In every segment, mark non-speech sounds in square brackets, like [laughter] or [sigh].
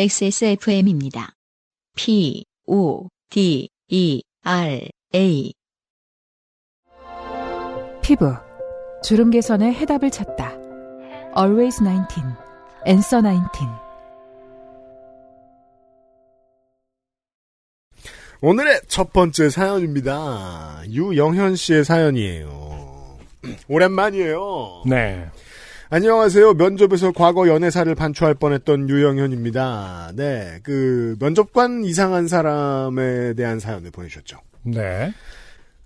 XSFM입니다. P, O, D, E, R, A. 피부 주름 개선의 해답을 찾다. Always 19, Answer 19. 오늘의 첫 번째 사연입니다. 유영현 씨의 사연이에요. [clears throat] 오랜만이에요. 네. 안녕하세요. 면접에서 과거 연애사를 반추할 뻔했던 유영현입니다. 네, 그 면접관 이상한 사람에 대한 사연을 보내주셨죠. 네.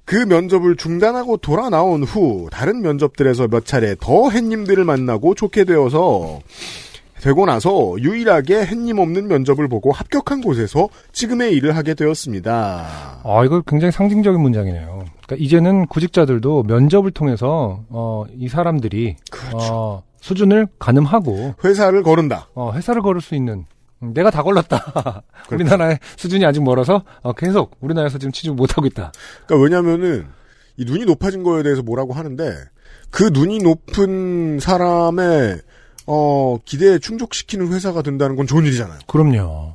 그 면접을 중단하고 돌아 나온 후 다른 면접들에서 몇 차례 더 햇님들을 만나고 좋게 되어서 되고 나서 유일하게 햇님 없는 면접을 보고 합격한 곳에서 지금의 일을 하게 되었습니다. 아, 이거 굉장히 상징적인 문장이네요. 그러니까 이제는 구직자들도 면접을 통해서 어, 이 사람들이 어, 수준을 가늠하고 회사를 거른다. 어, 회사를 걸을 수 있는 음, 내가 다 걸렸다. 우리나라의 수준이 아직 멀어서 어, 계속 우리나라에서 지금 취직 못하고 있다. 그러니까 왜냐면은 이 눈이 높아진 거에 대해서 뭐라고 하는데 그 눈이 높은 사람의 어 기대에 충족시키는 회사가 된다는 건 좋은 일이잖아요. 그럼요.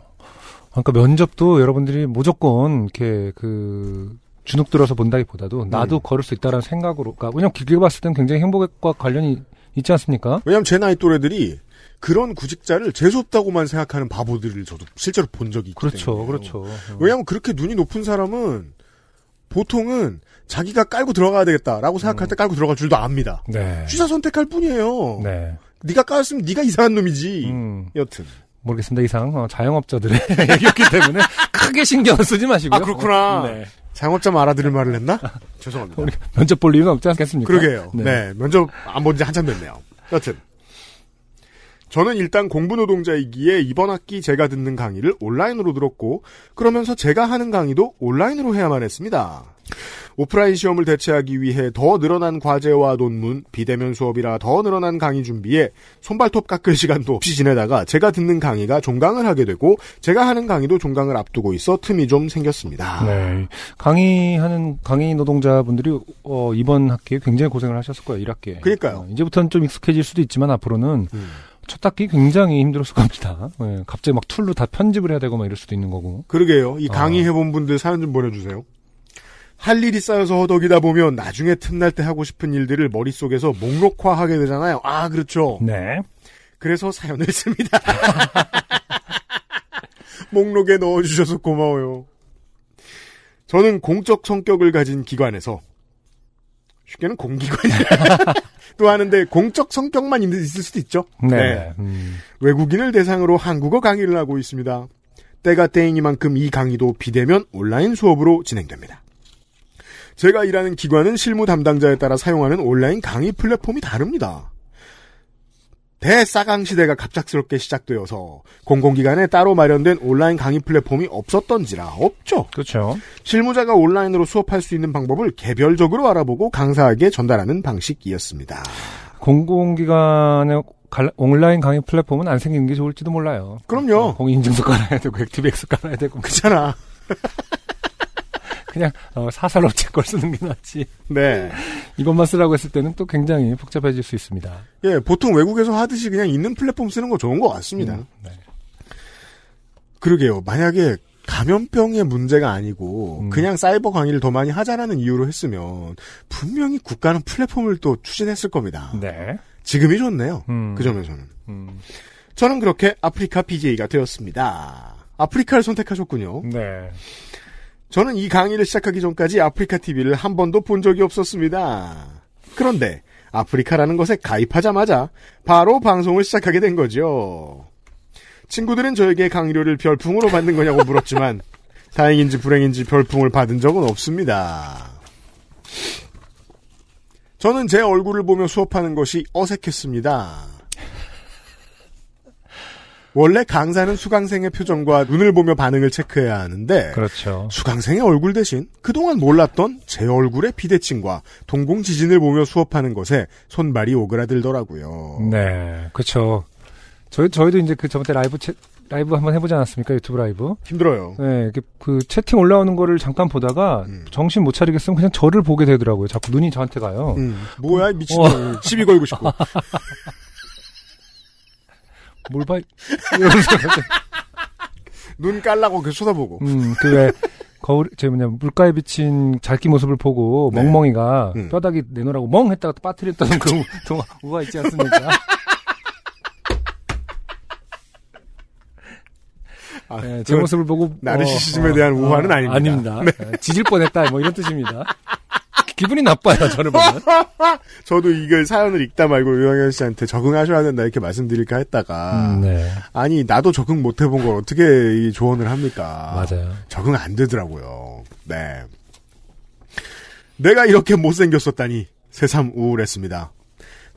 그러니까 면접도 여러분들이 무조건 이렇게 그 주눅 들어서 본다기보다도 나도 걸을 수 있다라는 생각으로. 그러니까 왜냐면 길게 봤을 땐 굉장히 행복과 관련이 있지 않습니까? 왜냐면 제 나이 또래들이 그런 구직자를 재수없다고만 생각하는 바보들을 저도 실제로 본 적이 있기 그렇죠, 때문에요. 그렇죠. 네. 왜냐면 그렇게 눈이 높은 사람은 보통은 자기가 깔고 들어가야 되겠다라고 생각할 때 깔고 들어갈 줄도 압니다. 음. 네. 취사 선택할 뿐이에요. 네. 네가 깔았으면 네가 이상한 놈이지. 음, 여튼. 모르겠습니다. 이상 어, 자영업자들의 [laughs] 얘기였기 때문에 크게 신경 쓰지 마시고요. 아, 그렇구나. 네. 장업자만 알아들을 말을 [laughs] 했나? 죄송합니다. 우리 면접 볼 이유는 없지 않겠습니까? 그러게요. 네. 면접 안 본 지 한참 됐네요. 여튼. 저는 일단 공부 노동자이기에 이번 학기 제가 듣는 강의를 온라인으로 들었고, 그러면서 제가 하는 강의도 온라인으로 해야만 했습니다. 오프라인 시험을 대체하기 위해 더 늘어난 과제와 논문, 비대면 수업이라 더 늘어난 강의 준비에 손발톱 깎을 시간도 없이 지내다가 제가 듣는 강의가 종강을 하게 되고, 제가 하는 강의도 종강을 앞두고 있어 틈이 좀 생겼습니다. 네. 강의하는 강의 노동자분들이 어, 이번 학기에 굉장히 고생을 하셨을 거예요. 1학기에. 어, 그러니까요. 이제부터는 좀 익숙해질 수도 있지만 앞으로는 음. 첫 학기 굉장히 힘들었을 겁니다. 예, 갑자기 막 툴로 다 편집을 해야 되고 막 이럴 수도 있는 거고. 그러게요. 이 어. 강의 해본 분들 사연 좀 보내주세요. 할 일이 쌓여서 허덕이다 보면 나중에 틈날 때 하고 싶은 일들을 머릿속에서 목록화하게 되잖아요. 아, 그렇죠. 네. 그래서 사연을 씁니다. [laughs] 목록에 넣어주셔서 고마워요. 저는 공적 성격을 가진 기관에서 쉽게는 공기관이라 [laughs] 또 하는데 공적 성격만 있- 있을 수도 있죠. 네. 네. 음. 외국인을 대상으로 한국어 강의를 하고 있습니다. 때가 때이니만큼 이 강의도 비대면 온라인 수업으로 진행됩니다. 제가 일하는 기관은 실무 담당자에 따라 사용하는 온라인 강의 플랫폼이 다릅니다. 대싸강 시대가 갑작스럽게 시작되어서 공공기관에 따로 마련된 온라인 강의 플랫폼이 없었던지라 없죠. 그렇죠. 실무자가 온라인으로 수업할 수 있는 방법을 개별적으로 알아보고 강사에게 전달하는 방식이었습니다. 공공기관의 갈- 온라인 강의 플랫폼은 안 생기는 게 좋을지도 몰라요. 어, 그럼요. 공인증서 깔아야 되고 액티비엑스 깔아야 되고 그렇잖아. 그냥 어, [laughs] 사설업체 걸 쓰는 게 낫지. 네. 이것만 쓰라고 했을 때는 또 굉장히 복잡해질 수 있습니다. 예, 보통 외국에서 하듯이 그냥 있는 플랫폼 쓰는 거 좋은 것 같습니다. 음, 네. 그러게요. 만약에 감염병의 문제가 아니고 음. 그냥 사이버 강의를 더 많이 하자라는 이유로 했으면 분명히 국가는 플랫폼을 또 추진했을 겁니다. 네. 지금이 좋네요. 음. 그 점에서는. 음, 저는 그렇게 아프리카 BJ가 되었습니다. 아프리카를 선택하셨군요. 네. 저는 이 강의를 시작하기 전까지 아프리카 TV를 한 번도 본 적이 없었습니다. 그런데 아프리카라는 것에 가입하자마자 바로 방송을 시작하게 된 거죠. 친구들은 저에게 강의료를 별풍으로 받는 거냐고 물었지만 다행인지 불행인지 별풍을 받은 적은 없습니다. 저는 제 얼굴을 보며 수업하는 것이 어색했습니다. 원래 강사는 수강생의 표정과 눈을 보며 반응을 체크해야 하는데 그렇죠. 수강생의 얼굴 대신 그동안 몰랐던 제 얼굴의 비대칭과 동공 지진을 보며 수업하는 것에 손발이 오그라들더라고요. 네. 그렇죠. 저희 저희도 이제 그 저번에 라이브 채, 라이브 한번 해보지 않았습니까? 유튜브 라이브. 힘들어요. 네. 이렇게 그 채팅 올라오는 거를 잠깐 보다가 음. 정신 못 차리겠으면 그냥 저를 보게 되더라고요. 자꾸 눈이 저한테 가요. 음, 뭐야 이 어. 미친놈 시비 걸고 싶고 뭘 봐? 이러면서 갑자기 눈 깔라고 계속 쳐다보고. 음, 그 왜 거울, 제 뭐냐, 물가에 비친 잘기 모습을 보고 네. 멍멍이가 음. 뼈다귀 내놓으라고 멍 했다가 또 [laughs] 빠뜨렸다는 그 동화, 우화 있지 않습니까? 아, 네, 제 그건 모습을 보고. 어, 나르시시즘에 대한 우화는 아닙니다. 아닙니다. 네, 지질 뻔했다, 뭐 이런 뜻입니다. 기- 기분이 나빠요, [laughs] 저를 보면. 저도 이걸 사연을 읽다 말고 유영현 씨한테 적응하셔야 된다 이렇게 말씀드릴까 했다가 음, 네. 아니 나도 적응 못 해본 걸 어떻게 이 조언을 합니까? 맞아요. 적응 안 되더라고요. 네. 내가 이렇게 못생겼었다니 새삼 우울했습니다.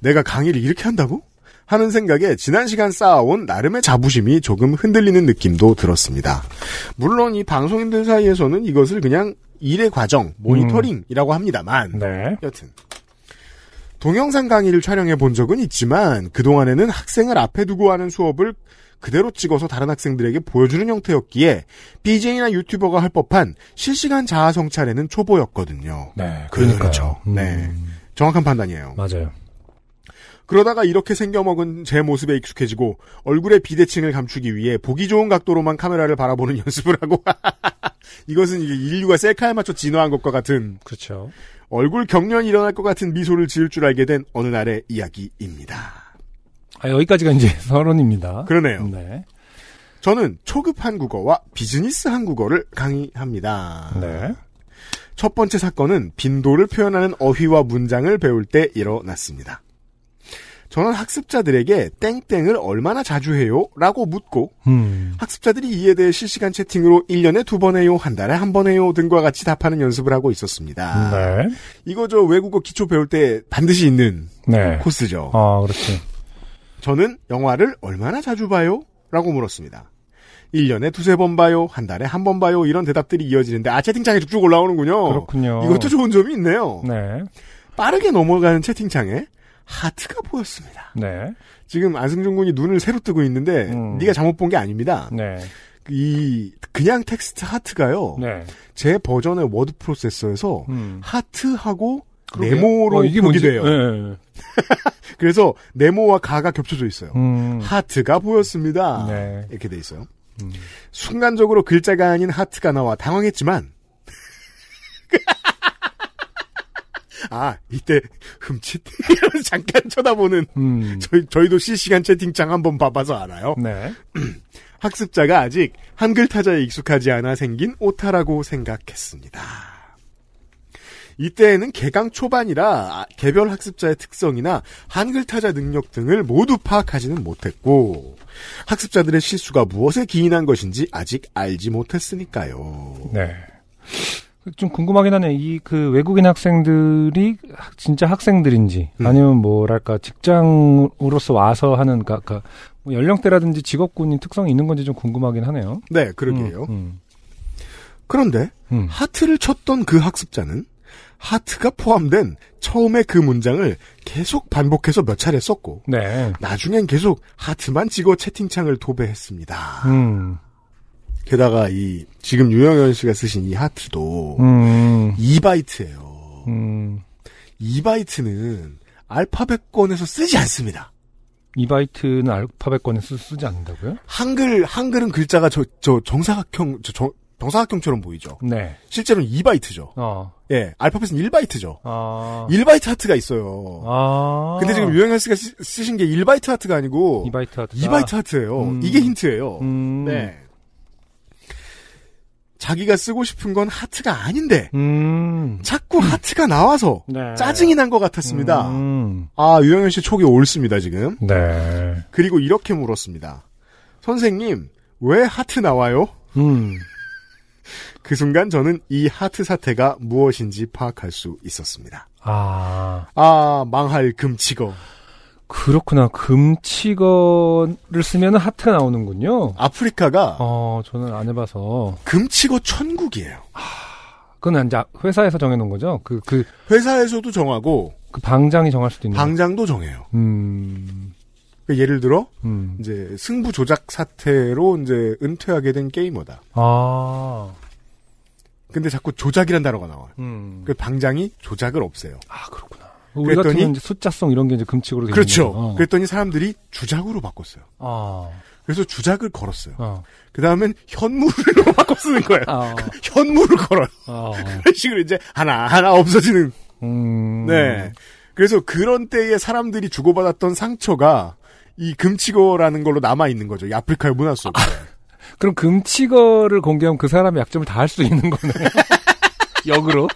내가 강의를 이렇게 한다고? 하는 생각에 지난 시간 쌓아온 나름의 자부심이 조금 흔들리는 느낌도 들었습니다. 물론 이 방송인들 사이에서는 이것을 그냥 일의 과정, 모니터링이라고 합니다만 네. 여튼 동영상 강의를 촬영해 본 적은 있지만 그동안에는 학생을 앞에 두고 하는 수업을 그대로 찍어서 다른 학생들에게 보여주는 형태였기에 BJ나 유튜버가 할 법한 실시간 자아 성찰에는 초보였거든요. 네. 그렇죠. 음, 네. 정확한 판단이에요. 맞아요. 그러다가 이렇게 생겨먹은 제 모습에 익숙해지고 얼굴의 비대칭을 감추기 위해 보기 좋은 각도로만 카메라를 바라보는 [laughs] 연습을 하고 이것은 이제 인류가 셀카에 맞춰 진화한 것과 같은 그렇죠. 얼굴 경련이 일어날 것 같은 미소를 지을 줄 알게 된 어느 날의 이야기입니다. 아, 여기까지가 이제 [laughs] 서론입니다. 그러네요. 네. 저는 초급 한국어와 비즈니스 한국어를 강의합니다. 네. 첫 번째 사건은 빈도를 표현하는 어휘와 문장을 배울 때 일어났습니다. 저는 학습자들에게 땡땡을 얼마나 자주 해요? 라고 묻고 음. 학습자들이 이에 대해 실시간 채팅으로 1년에 두 번 해요, 한 달에 한 번 해요 등과 같이 답하는 연습을 하고 있었습니다. 네. 이거 저 외국어 기초 배울 때 반드시 있는 네. 코스죠. 아, 그렇지. 저는 영화를 얼마나 자주 봐요? 라고 물었습니다. 1년에 두세 번 봐요, 한 달에 한 번 봐요, 이런 대답들이 이어지는데, 아, 채팅창에 쭉쭉 올라오는군요. 그렇군요. 어. 이것도 좋은 점이 있네요. 네. 빠르게 넘어가는 채팅창에 하트가 보였습니다. 네. 지금 안승준 군이 눈을 새로 뜨고 있는데, 음. 네가 잘못 본 게 아닙니다. 네. 이, 그냥 텍스트 하트가요, 네. 제 버전의 워드 프로세서에서 음. 하트하고 그러게요. 네모로 어, 이게 뭔지- 돼요. 네, 네. 네. 그래서 네모와 가가 겹쳐져 있어요. 음. 하트가 보였습니다. 네. 이렇게 돼 있어요. 음. 순간적으로 글자가 아닌 하트가 나와 당황했지만 [laughs] 아 이때 흠칫 [laughs] 이러면서 잠깐 쳐다보는 음. 저희 저희도 실시간 채팅창 한번 봐봐서 알아요. 네. 학습자가 아직 한글 타자에 익숙하지 않아 생긴 오타라고 생각했습니다. 이때에는 개강 초반이라 아, 개별 학습자의 특성이나 한글 타자 능력 등을 모두 파악하지는 못했고 학습자들의 실수가 무엇에 기인한 것인지 아직 알지 못했으니까요. 네. 좀 궁금하긴 하네. 이 그 외국인 학생들이 학- 진짜 학생들인지 음. 아니면 뭐랄까 직장으로서 와서 하는 그니까뭐 연령대라든지 직업군인 특성이 있는 건지 좀 궁금하긴 하네요. 네, 그러게요. 음, 그런데 음, 음. 하트를 쳤던 그 학습자는 하트가 포함된 처음에 그 문장을 계속 반복해서 몇 차례 썼고 네. 나중엔 계속 하트만 찍어 채팅창을 도배했습니다. 음. 게다가 이 지금 유영현 씨가 쓰신 이 하트도 음. 2바이트예요. 음. 2바이트는 알파벳권에서 쓰지 않습니다. 이 바이트는 알파벳권에 쓰, 쓰지 않는다고요? 한글 한글은 글자가 저, 저 정사각형 저 정, 정사각형처럼 보이죠. 네. 실제로는 2바이트죠. 어. 예, 알파벳은 1바이트죠. 아. 1바이트 하트가 있어요. 아. 근데 지금 유영현 씨가 쓰, 쓰신 게 1바이트 하트가 아니고 이 바이트 하트다. 2바이트 하트예요. 음. 이게 힌트예요. 음. 네. 자기가 쓰고 싶은 건 하트가 아닌데 음. 자꾸 하트가 나와서 네. 짜증이 난 것 같았습니다. 음. 아 유영현 씨 촉이 옳습니다 지금. 네. 그리고 이렇게 물었습니다. 선생님 왜 하트 나와요? 음. 그 순간 저는 이 하트 사태가 무엇인지 파악할 수 있었습니다. 아. 아 망할 금치거 그렇구나. 금치거를 쓰면 하트가 나오는군요. 아프리카가 어, 저는 안 해봐서. 금치거 천국이에요. 그건 이제 회사에서 정해놓은 거죠? 그, 그, 회사에서도 정하고 그 방장이 정할 수도 있는. 방장도 정해요. 거. 음, 그 예를 들어 음. 이제 승부 조작 사태로 이제 은퇴하게 된 게이머다. 아, 근데 자꾸 조작이란 단어가 나와요. 음. 그 방장이 조작을 없애요. 아, 그렇구나. 우리 그랬더니- 같으면 이제 숫자성 이런 게 이제 금칙으로 되는 그렇죠. 거죠. 어. 그랬더니 사람들이 주작으로 바꿨어요. 아, 그래서 주작을 걸었어요. [laughs] 어. 그 다음엔 현물로 [laughs] 바꿔 쓰는 거예요. 아, 현물을 걸어요. 아, 그런 식으로 이제 하나하나 없어지는. 음. 네. 그래서 그런 때에 사람들이 주고받았던 상처가 이 금치거라는 걸로 남아있는 거죠. 이 아프리카의 문화 속에. 그럼 금치거를 공개하면 그 사람의 약점을 다 할 수 있는 거네. [laughs] 역으로.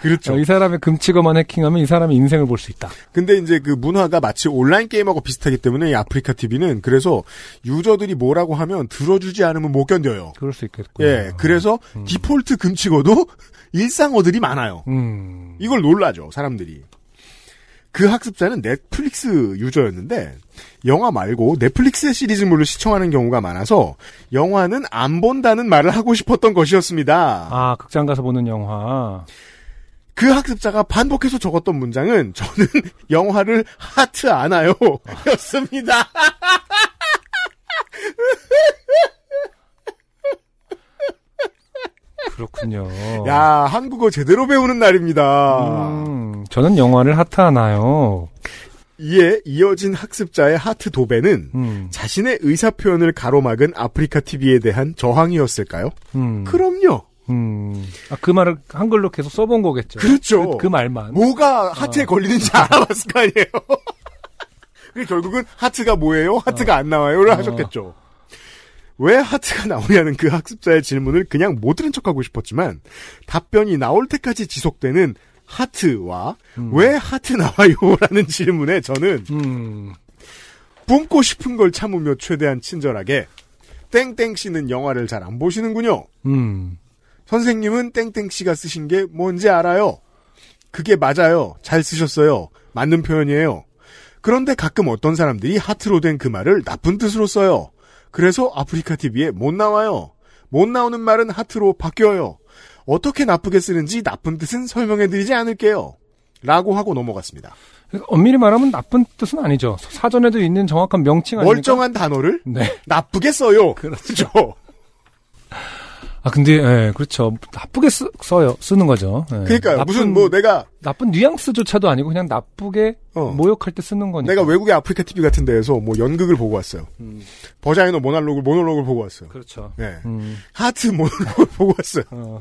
그렇죠. 어, 이 사람의 금치거만 해킹하면 이 사람의 인생을 볼 수 있다. 근데 이제 그 문화가 마치 온라인 게임하고 비슷하기 때문에 이 아프리카 TV는 그래서 유저들이 뭐라고 하면 들어주지 않으면 못 견뎌요. 그럴 수 있겠군요. 예, 그래서 디폴트 금치고도 [laughs] 일상어들이 많아요. 음. 이걸 놀라죠, 사람들이. 그 학습자는 넷플릭스 유저였는데 영화 말고 넷플릭스의 시리즈물을 시청하는 경우가 많아서 영화는 안 본다는 말을 하고 싶었던 것이었습니다. 아, 극장 가서 보는 영화. 그 학습자가 반복해서 적었던 문장은 저는 [laughs] 영화를 하트 안 와요 아. 였습니다. 그렇군요. [laughs] 야 한국어 제대로 배우는 날입니다. 음, 저는 영화를 하트하나요. 이에 이어진 학습자의 하트 도배는 음, 자신의 의사 표현을 가로막은 아프리카 TV에 대한 저항이었을까요? 음, 그럼요. 음. 아, 그 말을 한글로 계속 써본 거겠죠. 그렇죠. 그, 그 말만. 뭐가 하트에 어. 걸리는지 알아봤을 거 아니에요. [laughs] 그 결국은 하트가 뭐예요? 하트가 안 나와요를 어. 하셨겠죠. 왜 하트가 나오냐는 그 학습자의 질문을 그냥 못 들은 척하고 싶었지만 답변이 나올 때까지 지속되는 하트와 왜 하트 나와요라는 [laughs] 질문에 저는 음, 뿜고 싶은 걸 참으며 최대한 친절하게 땡땡 씨는 영화를 잘 안 보시는군요. 음. 선생님은 땡땡 씨가 쓰신 게 뭔지 알아요. 그게 맞아요. 잘 쓰셨어요. 맞는 표현이에요. 그런데 가끔 어떤 사람들이 하트로 된 그 말을 나쁜 뜻으로 써요. 그래서 아프리카 TV에 못 나와요. 못 나오는 말은 하트로 바뀌어요. 어떻게 나쁘게 쓰는지 나쁜 뜻은 설명해드리지 않을게요. 라고 하고 넘어갔습니다. 그러니까 엄밀히 말하면 나쁜 뜻은 아니죠. 사전에도 있는 정확한 명칭 아닙니까? 멀쩡한 단어를 네. 나쁘게 써요. 그렇죠. 아 근데 예, 그렇죠. 나쁘게 쓰, 써요 쓰는 거죠. 예. 그러니까 나쁜- 무슨 뭐 내가 나쁜 뉘앙스조차도 아니고 그냥 나쁘게 어. 모욕할 때 쓰는 거니까. 음, 내가 외국의 아프리카 TV 같은 데에서 뭐 연극을 보고 왔어요. 버자이노 모날로그 모놀로그를 보고 왔어요. 그렇죠. 네. 음, 하트 모노를 [laughs] 보고 왔어요. 어,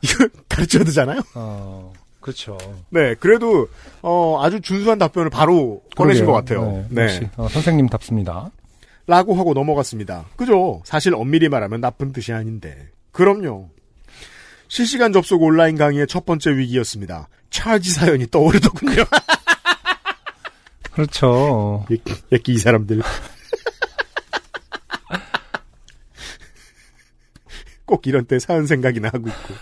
이거 가르쳐야 되잖아요? 어, 그렇죠. 네, 그래도, 어, 아주 준수한 답변을 바로 꺼내신 것 같아요. 네. 역시 어, 선생님답습니다. 라고 하고 넘어갔습니다. 그죠? 사실 엄밀히 말하면 나쁜 뜻이 아닌데. 그럼요. 실시간 접속 온라인 강의의 첫 번째 위기였습니다. 찰지 사연이 떠오르더군요. 그렇죠. 예끼 이 사람들. 꼭 이런 때 사연 생각이나 하고 있고.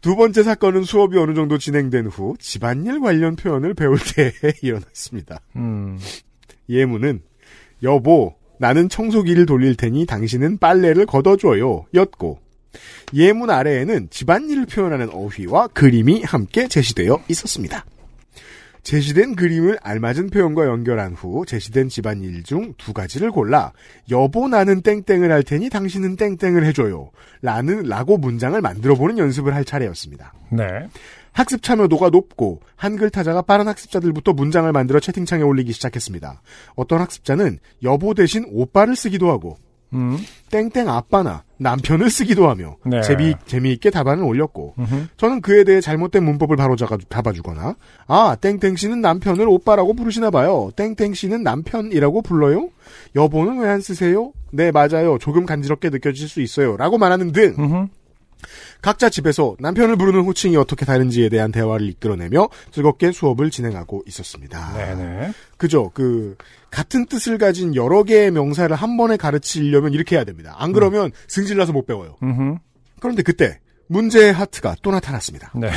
두 번째 사건은 수업이 어느 정도 진행된 후 집안일 관련 표현을 배울 때에 [laughs] 일어났습니다. 음, 예문은 여보 나는 청소기를 돌릴 테니 당신은 빨래를 걷어줘요 였고 예문 아래에는 집안일을 표현하는 어휘와 그림이 함께 제시되어 있었습니다. 제시된 그림을 알맞은 표현과 연결한 후 제시된 집안일 중 두 가지를 골라 여보 나는 땡땡을 할 테니 당신은 땡땡을 해줘요 라는 라고 문장을 만들어 보는 연습을 할 차례였습니다. 네. 학습 참여도가 높고 한글 타자가 빠른 학습자들부터 문장을 만들어 채팅창에 올리기 시작했습니다. 어떤 학습자는 여보 대신 오빠를 쓰기도 하고 음, 땡땡 아빠나 남편을 쓰기도 하며 네. 재미 재미있게 답안을 올렸고 음흠. 저는 그에 대해 잘못된 문법을 바로 잡아, 잡아주거나 아 땡땡 씨는 남편을 오빠라고 부르시나 봐요. 땡땡 씨는 남편이라고 불러요. 여보는 왜 안 쓰세요? 네 맞아요. 조금 간지럽게 느껴질 수 있어요.라고 말하는 등 음흠. 각자 집에서 남편을 부르는 호칭이 어떻게 다른지에 대한 대화를 이끌어내며 즐겁게 수업을 진행하고 있었습니다. 네네. 그죠? 그 같은 뜻을 가진 여러 개의 명사를 한 번에 가르치려면 이렇게 해야 됩니다. 안 그러면 승질나서 못 배워요. 음흠. 그런데 그때 문제의 하트가 또 나타났습니다. 네.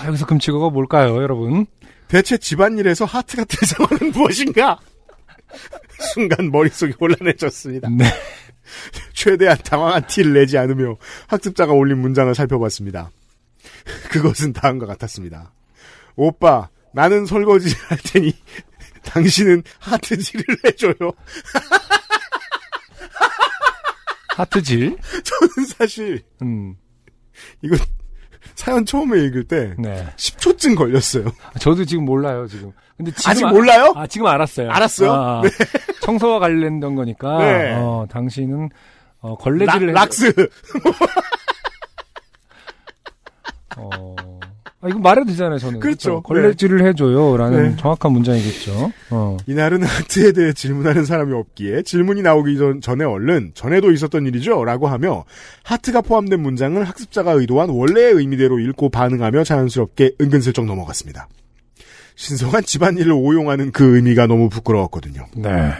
아, 여기서 금치거가 뭘까요, 여러분? 대체 집안일에서 하트가 [laughs] 뜰 상황은 무엇인가? [laughs] 순간 머릿속이 곤란해졌습니다. 네. 최대한 당황한 티를 내지 않으며 학습자가 올린 문장을 살펴봤습니다. [laughs] 그것은 다음과 같았습니다. 오빠, 나는 설거지를 할 테니 [laughs] 당신은 하트질을 해줘요. [laughs] 하트질. 저는 사실 음. 이건 사연 처음에 읽을 때 네. 10초쯤 걸렸어요. 저도 지금 몰라요, 지금. 근데 지금 아직 아- 몰라요? 아, 지금 알았어요. 알았어요? 아, 아. 청소와 관련된 거니까, 네. 어, 당신은, 어, 라- 걸레질을. 했- 락스. 어, 아, 이거 말해도 되잖아요, 저는. 그렇죠. 걸레질을 해줘요. 라는 네. 정확한 문장이겠죠. 어. 이날은 하트에 대해 질문하는 사람이 없기에 질문이 나오기 전, 전에 얼른 전에도 있었던 일이죠 라고 하며 하트가 포함된 문장을 학습자가 의도한 원래의 의미대로 읽고 반응하며 자연스럽게 은근슬쩍 넘어갔습니다. 신성한 집안일을 오용하는 그 의미가 너무 부끄러웠거든요. 네.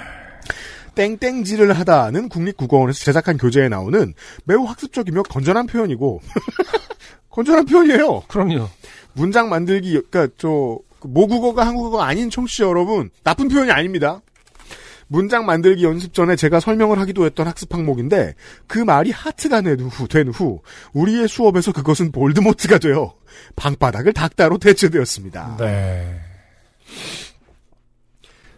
땡땡질을 하다는 국립국어원에서 제작한 교재에 나오는 매우 학습적이며 건전한 표현이고 [laughs] 건전한 표현이에요. 그럼요. 저 장 만들기 그러니까 저그 모국어가 한국어가 아닌 청취자 여러분 나쁜 표현이 아닙니다. 문장 만들기 연습 전에 제가 설명을 하기도 했던 학습 항목인데 그 말이 하트가 된 후, 된 후, 우리의 수업에서 그것은 볼드모트가 되어 방바닥을 닭다로 대체되었습니다. 네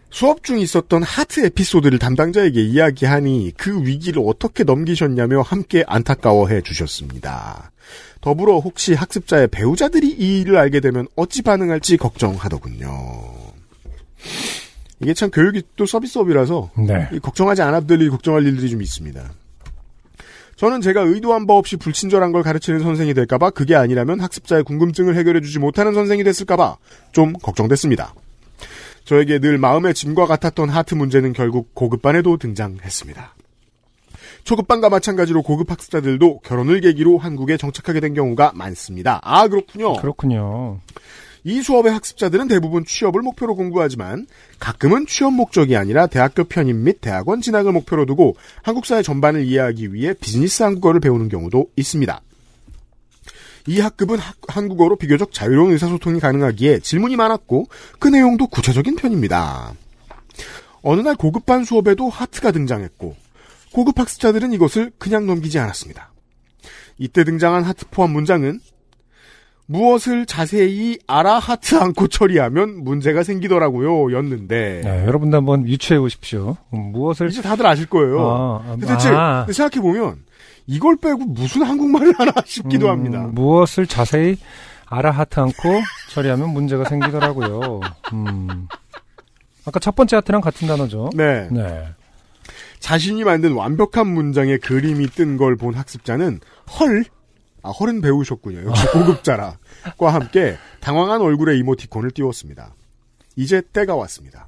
수업 중 있었던 하트 에피소드를 담당자에게 이야기하니 그 위기를 어떻게 넘기셨냐며 함께 안타까워해 주셨습니다. 더불어 혹시 학습자의 배우자들이 이 일을 알게 되면 어찌 반응할지 걱정하더군요. 이게 참 교육이 또 서비스업이라서 네. 이 걱정하지 않아도 될 일, 걱정할 일들이 좀 있습니다. 저는 제가 의도한 바 없이 불친절한 걸 가르치는 선생이 될까봐 그게 아니라면 학습자의 궁금증을 해결해주지 못하는 선생이 됐을까봐 좀 걱정됐습니다. 저에게 늘 마음의 짐과 같았던 하트 문제는 결국 고급반에도 등장했습니다. 초급반과 마찬가지로 고급 학습자들도 결혼을 계기로 한국에 정착하게 된 경우가 많습니다. 아, 그렇군요. 그렇군요. 이 수업의 학습자들은 대부분 취업을 목표로 공부하지만 가끔은 취업 목적이 아니라 대학교 편입 및 대학원 진학을 목표로 두고 한국 사회 전반을 이해하기 위해 비즈니스 한국어를 배우는 경우도 있습니다. 이 학급은 학- 한국어로 비교적 자유로운 의사소통이 가능하기에 질문이 많았고 그 내용도 구체적인 편입니다. 어느 날 고급반 수업에도 하트가 등장했고 고급 학습자들은 이것을 그냥 넘기지 않았습니다. 이때 등장한 하트 포함 문장은 무엇을 자세히 알아 하트 않고 처리하면 문제가 생기더라고요. 였는데 네, 여러분도 한번 유추해 보십시오. 음, 무엇을 이제 다들 아실 거예요. 아, 아, 근데 대체 아. 생각해 보면 이걸 빼고 무슨 한국말을 하나 싶기도 음, 합니다. 무엇을 자세히 알아 하트 않고 처리하면 문제가 생기더라고요. 음. 아까 첫 번째 하트랑 같은 단어죠. 네. 네. 자신이 만든 완벽한 문장에 그림이 뜬 걸 본 학습자는 헐, 아 헐은 배우셨군요. 역시 고급자라. 과 함께 당황한 얼굴에 이모티콘을 띄웠습니다. 이제 때가 왔습니다.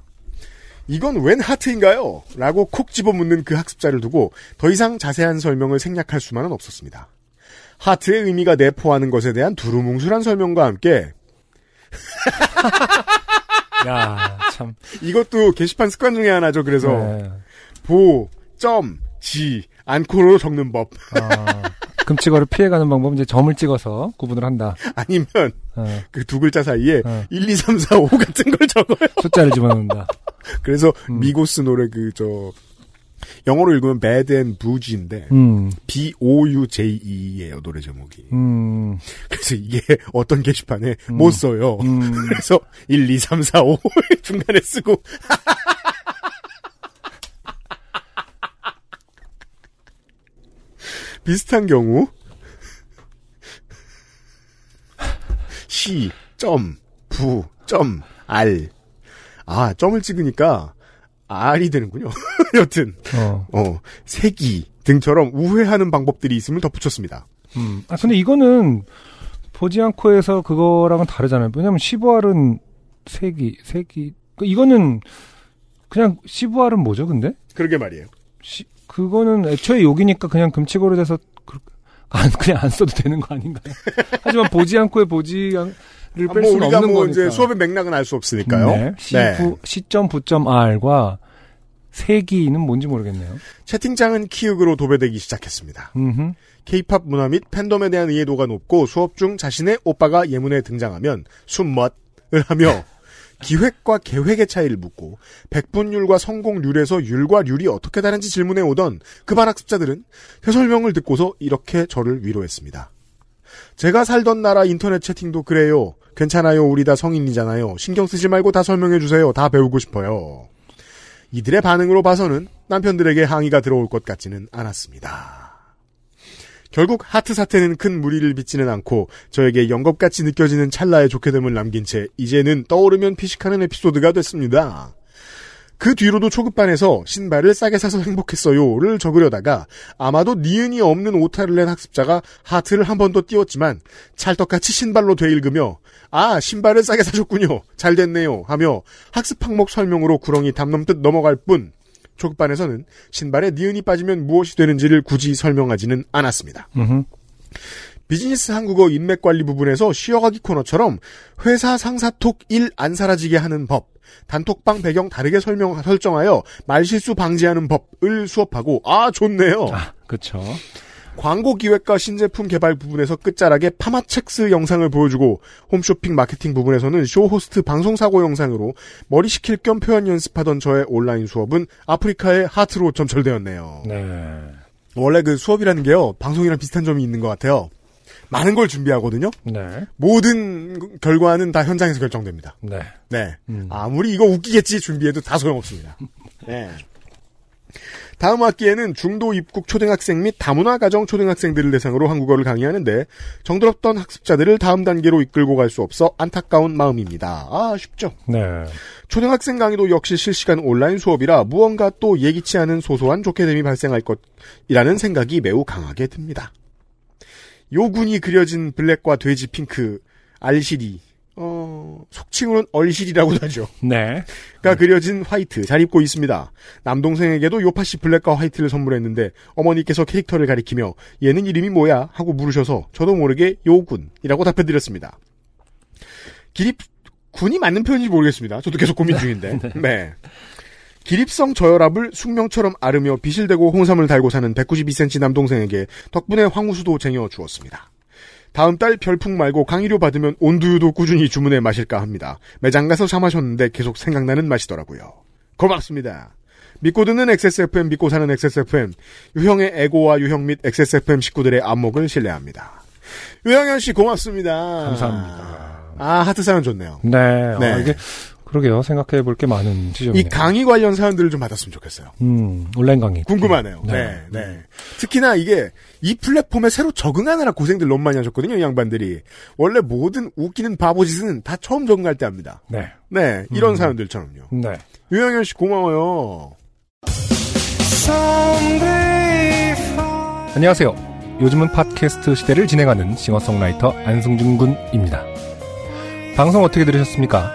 이건 웬 하트인가요? 라고 콕 집어묻는 그 학습자를 두고 더 이상 자세한 설명을 생략할 수만은 없었습니다. 하트의 의미가 내포하는 것에 대한 두루뭉술한 설명과 함께 야, 참. 이것도 게시판 습관 중에 하나죠. 그래서 네. 보, 점, 지, 안코로 적는 법 [laughs] 아, 금치거를 피해가는 방법은 이제 점을 찍어서 구분을 한다. 아니면 어, 그 두 글자 사이에 어. 1, 2, 3, 4, 5 [laughs] 같은 걸 적어요. 숫자를 집어넣는다. 그래서 음. 미고스 노래 그 저 영어로 읽으면 Bad and Bougie인데 음, B O U J E예요 노래 제목이. 음, 그래서 이게 [laughs] 어떤 게시판에 못 써요. 음. 그래서 1, 2, 3, 4, 5 중간에 쓰고 [laughs] 비슷한 경우 C 점 부 점 R 아 점을 찍으니까 R이 되는군요. [laughs] 여튼 어, 어 세기 등처럼 우회하는 방법들이 있음을 덧붙였습니다. 음. 아, 근데 이거는 보지 않고 해서 그거랑은 다르잖아요. 왜냐면 시부알은 색이, 색이, 그 이거는 그냥 시부알은 뭐죠, 근데? 그러게 말이에요. 시- 그거는 애초에 욕이니까 그냥 금치고로 돼서 그, 안, 그냥 안 써도 되는 거 아닌가요? 하지만 보지 않고의 보지를 아, 뺄 뭐 수는 우리가 없는 뭐 거니까. 네. 이제 수업의 맥락은 알 수 없으니까요. 네. 시, 부, 시점 부점 R과 세기는 뭔지 모르겠네요. 채팅창은 키읔으로 도배되기 시작했습니다. 음흠. 케이팝 문화 및 팬덤에 대한 이해도가 높고 수업 중 자신의 오빠가 예문에 등장하면 숨멋을 하며 기획과 계획의 차이를 묻고 백분율과 성공률에서 율과 률이 어떻게 다른지 질문해 오던 그 반 학습자들은 제 설명을 듣고서 이렇게 저를 위로했습니다. 제가 살던 나라 인터넷 채팅도 그래요. 괜찮아요. 우리 다 성인이잖아요. 신경 쓰지 말고 다 설명해 주세요. 다 배우고 싶어요. 이들의 반응으로 봐서는 남편들에게 항의가 들어올 것 같지는 않았습니다. 결국 하트 사태는 큰 무리를 빚지는 않고 저에게 영겁같이 느껴지는 찰나의 좋게됨을 남긴 채 이제는 떠오르면 피식하는 에피소드가 됐습니다. 그 뒤로도 초급반에서 신발을 싸게 사서 행복했어요를 적으려다가 아마도 니은이 없는 오타를 낸 학습자가 하트를 한 번 더 띄웠지만 찰떡같이 신발로 되일으며 아 신발을 싸게 사셨군요 잘 됐네요 하며 학습 항목 설명으로 구렁이 담 넘듯 넘어갈 뿐 초급반에서는 신발에 니은이 빠지면 무엇이 되는지를 굳이 설명하지는 않았습니다. 음흠. 비즈니스 한국어 인맥 관리 부분에서 쉬어가기 코너처럼 회사 상사톡 일 안 사라지게 하는 법, 단톡방 배경 다르게 설명 설정하여 말실수 방지하는 법을 수업하고 아 좋네요. 아, 그쵸. 광고 기획과 신제품 개발 부분에서 끝자락에 파마첵스 영상을 보여주고 홈쇼핑 마케팅 부분에서는 쇼호스트 방송사고 영상으로 머리 식힐 겸 표현 연습하던 저의 온라인 수업은 아프리카의 하트로 점철되었네요. 네. 원래 그 수업이라는 게요 방송이랑 비슷한 점이 있는 것 같아요. 많은 걸 준비하거든요. 네. 모든 결과는 다 현장에서 결정됩니다. 네. 네. 음. 아무리 이거 웃기겠지 준비해도 다 소용없습니다. 네. 다음 학기에는 중도 입국 초등학생 및 다문화 가정 초등학생들을 대상으로 한국어를 강의하는데 정들었던 학습자들을 다음 단계로 이끌고 갈 수 없어 안타까운 마음입니다. 아 쉽죠. 네. 초등학생 강의도 역시 실시간 온라인 수업이라 무언가 또 예기치 않은 소소한 좋게됨이 발생할 것이라는 생각이 매우 강하게 듭니다. 요군이 그려진 블랙과 돼지 핑크, 알시리, 어, 속칭으로는 얼시리라고도 [laughs] 하죠. 네. 가 그려진 화이트 잘 입고 있습니다. 남동생에게도 요파시 블랙과 화이트를 선물했는데 어머니께서 캐릭터를 가리키며 얘는 이름이 뭐야 하고 물으셔서 저도 모르게 요군이라고 답해드렸습니다. 기립 군이 맞는 표현인지 모르겠습니다. 저도 계속 고민 중인데. 네. 기립성 저혈압을 숙명처럼 아르며 비실대고 홍삼을 달고 사는 192cm 남동생에게 덕분에 황우수도 쟁여 주었습니다. 다음 달 별풍 말고 강의료 받으면 온두유도 꾸준히 주문해 마실까 합니다. 매장 가서 사 마셨는데 계속 생각나는 맛이더라고요. 고맙습니다. 믿고 듣는 XSFM, 믿고 사는 XSFM, 유형의 애고와 유형 및 XSFM 식구들의 안목을 신뢰합니다. 유영현 씨 고맙습니다. 감사합니다. 아, 하트 사연 좋네요. 네. 네. 아, 이게, 그러게요. 생각해 볼 게 많은 음, 지점이네요. 이 강의 관련 사연들을 좀 받았으면 좋겠어요. 음, 온라인 강의. 궁금하네요. 네. 네, 네. 특히나 이게 이 플랫폼에 새로 적응하느라 고생들 너무 많이 하셨거든요, 이 양반들이. 원래 모든 웃기는 바보짓은 다 처음 적응할 때 합니다. 네. 네, 이런 음. 사연들처럼요. 네. 유영현 씨 고마워요. 안녕하세요. 요즘은 팟캐스트 시대를 진행하는 싱어송라이터 안승준 군입니다. 방송 어떻게 들으셨습니까?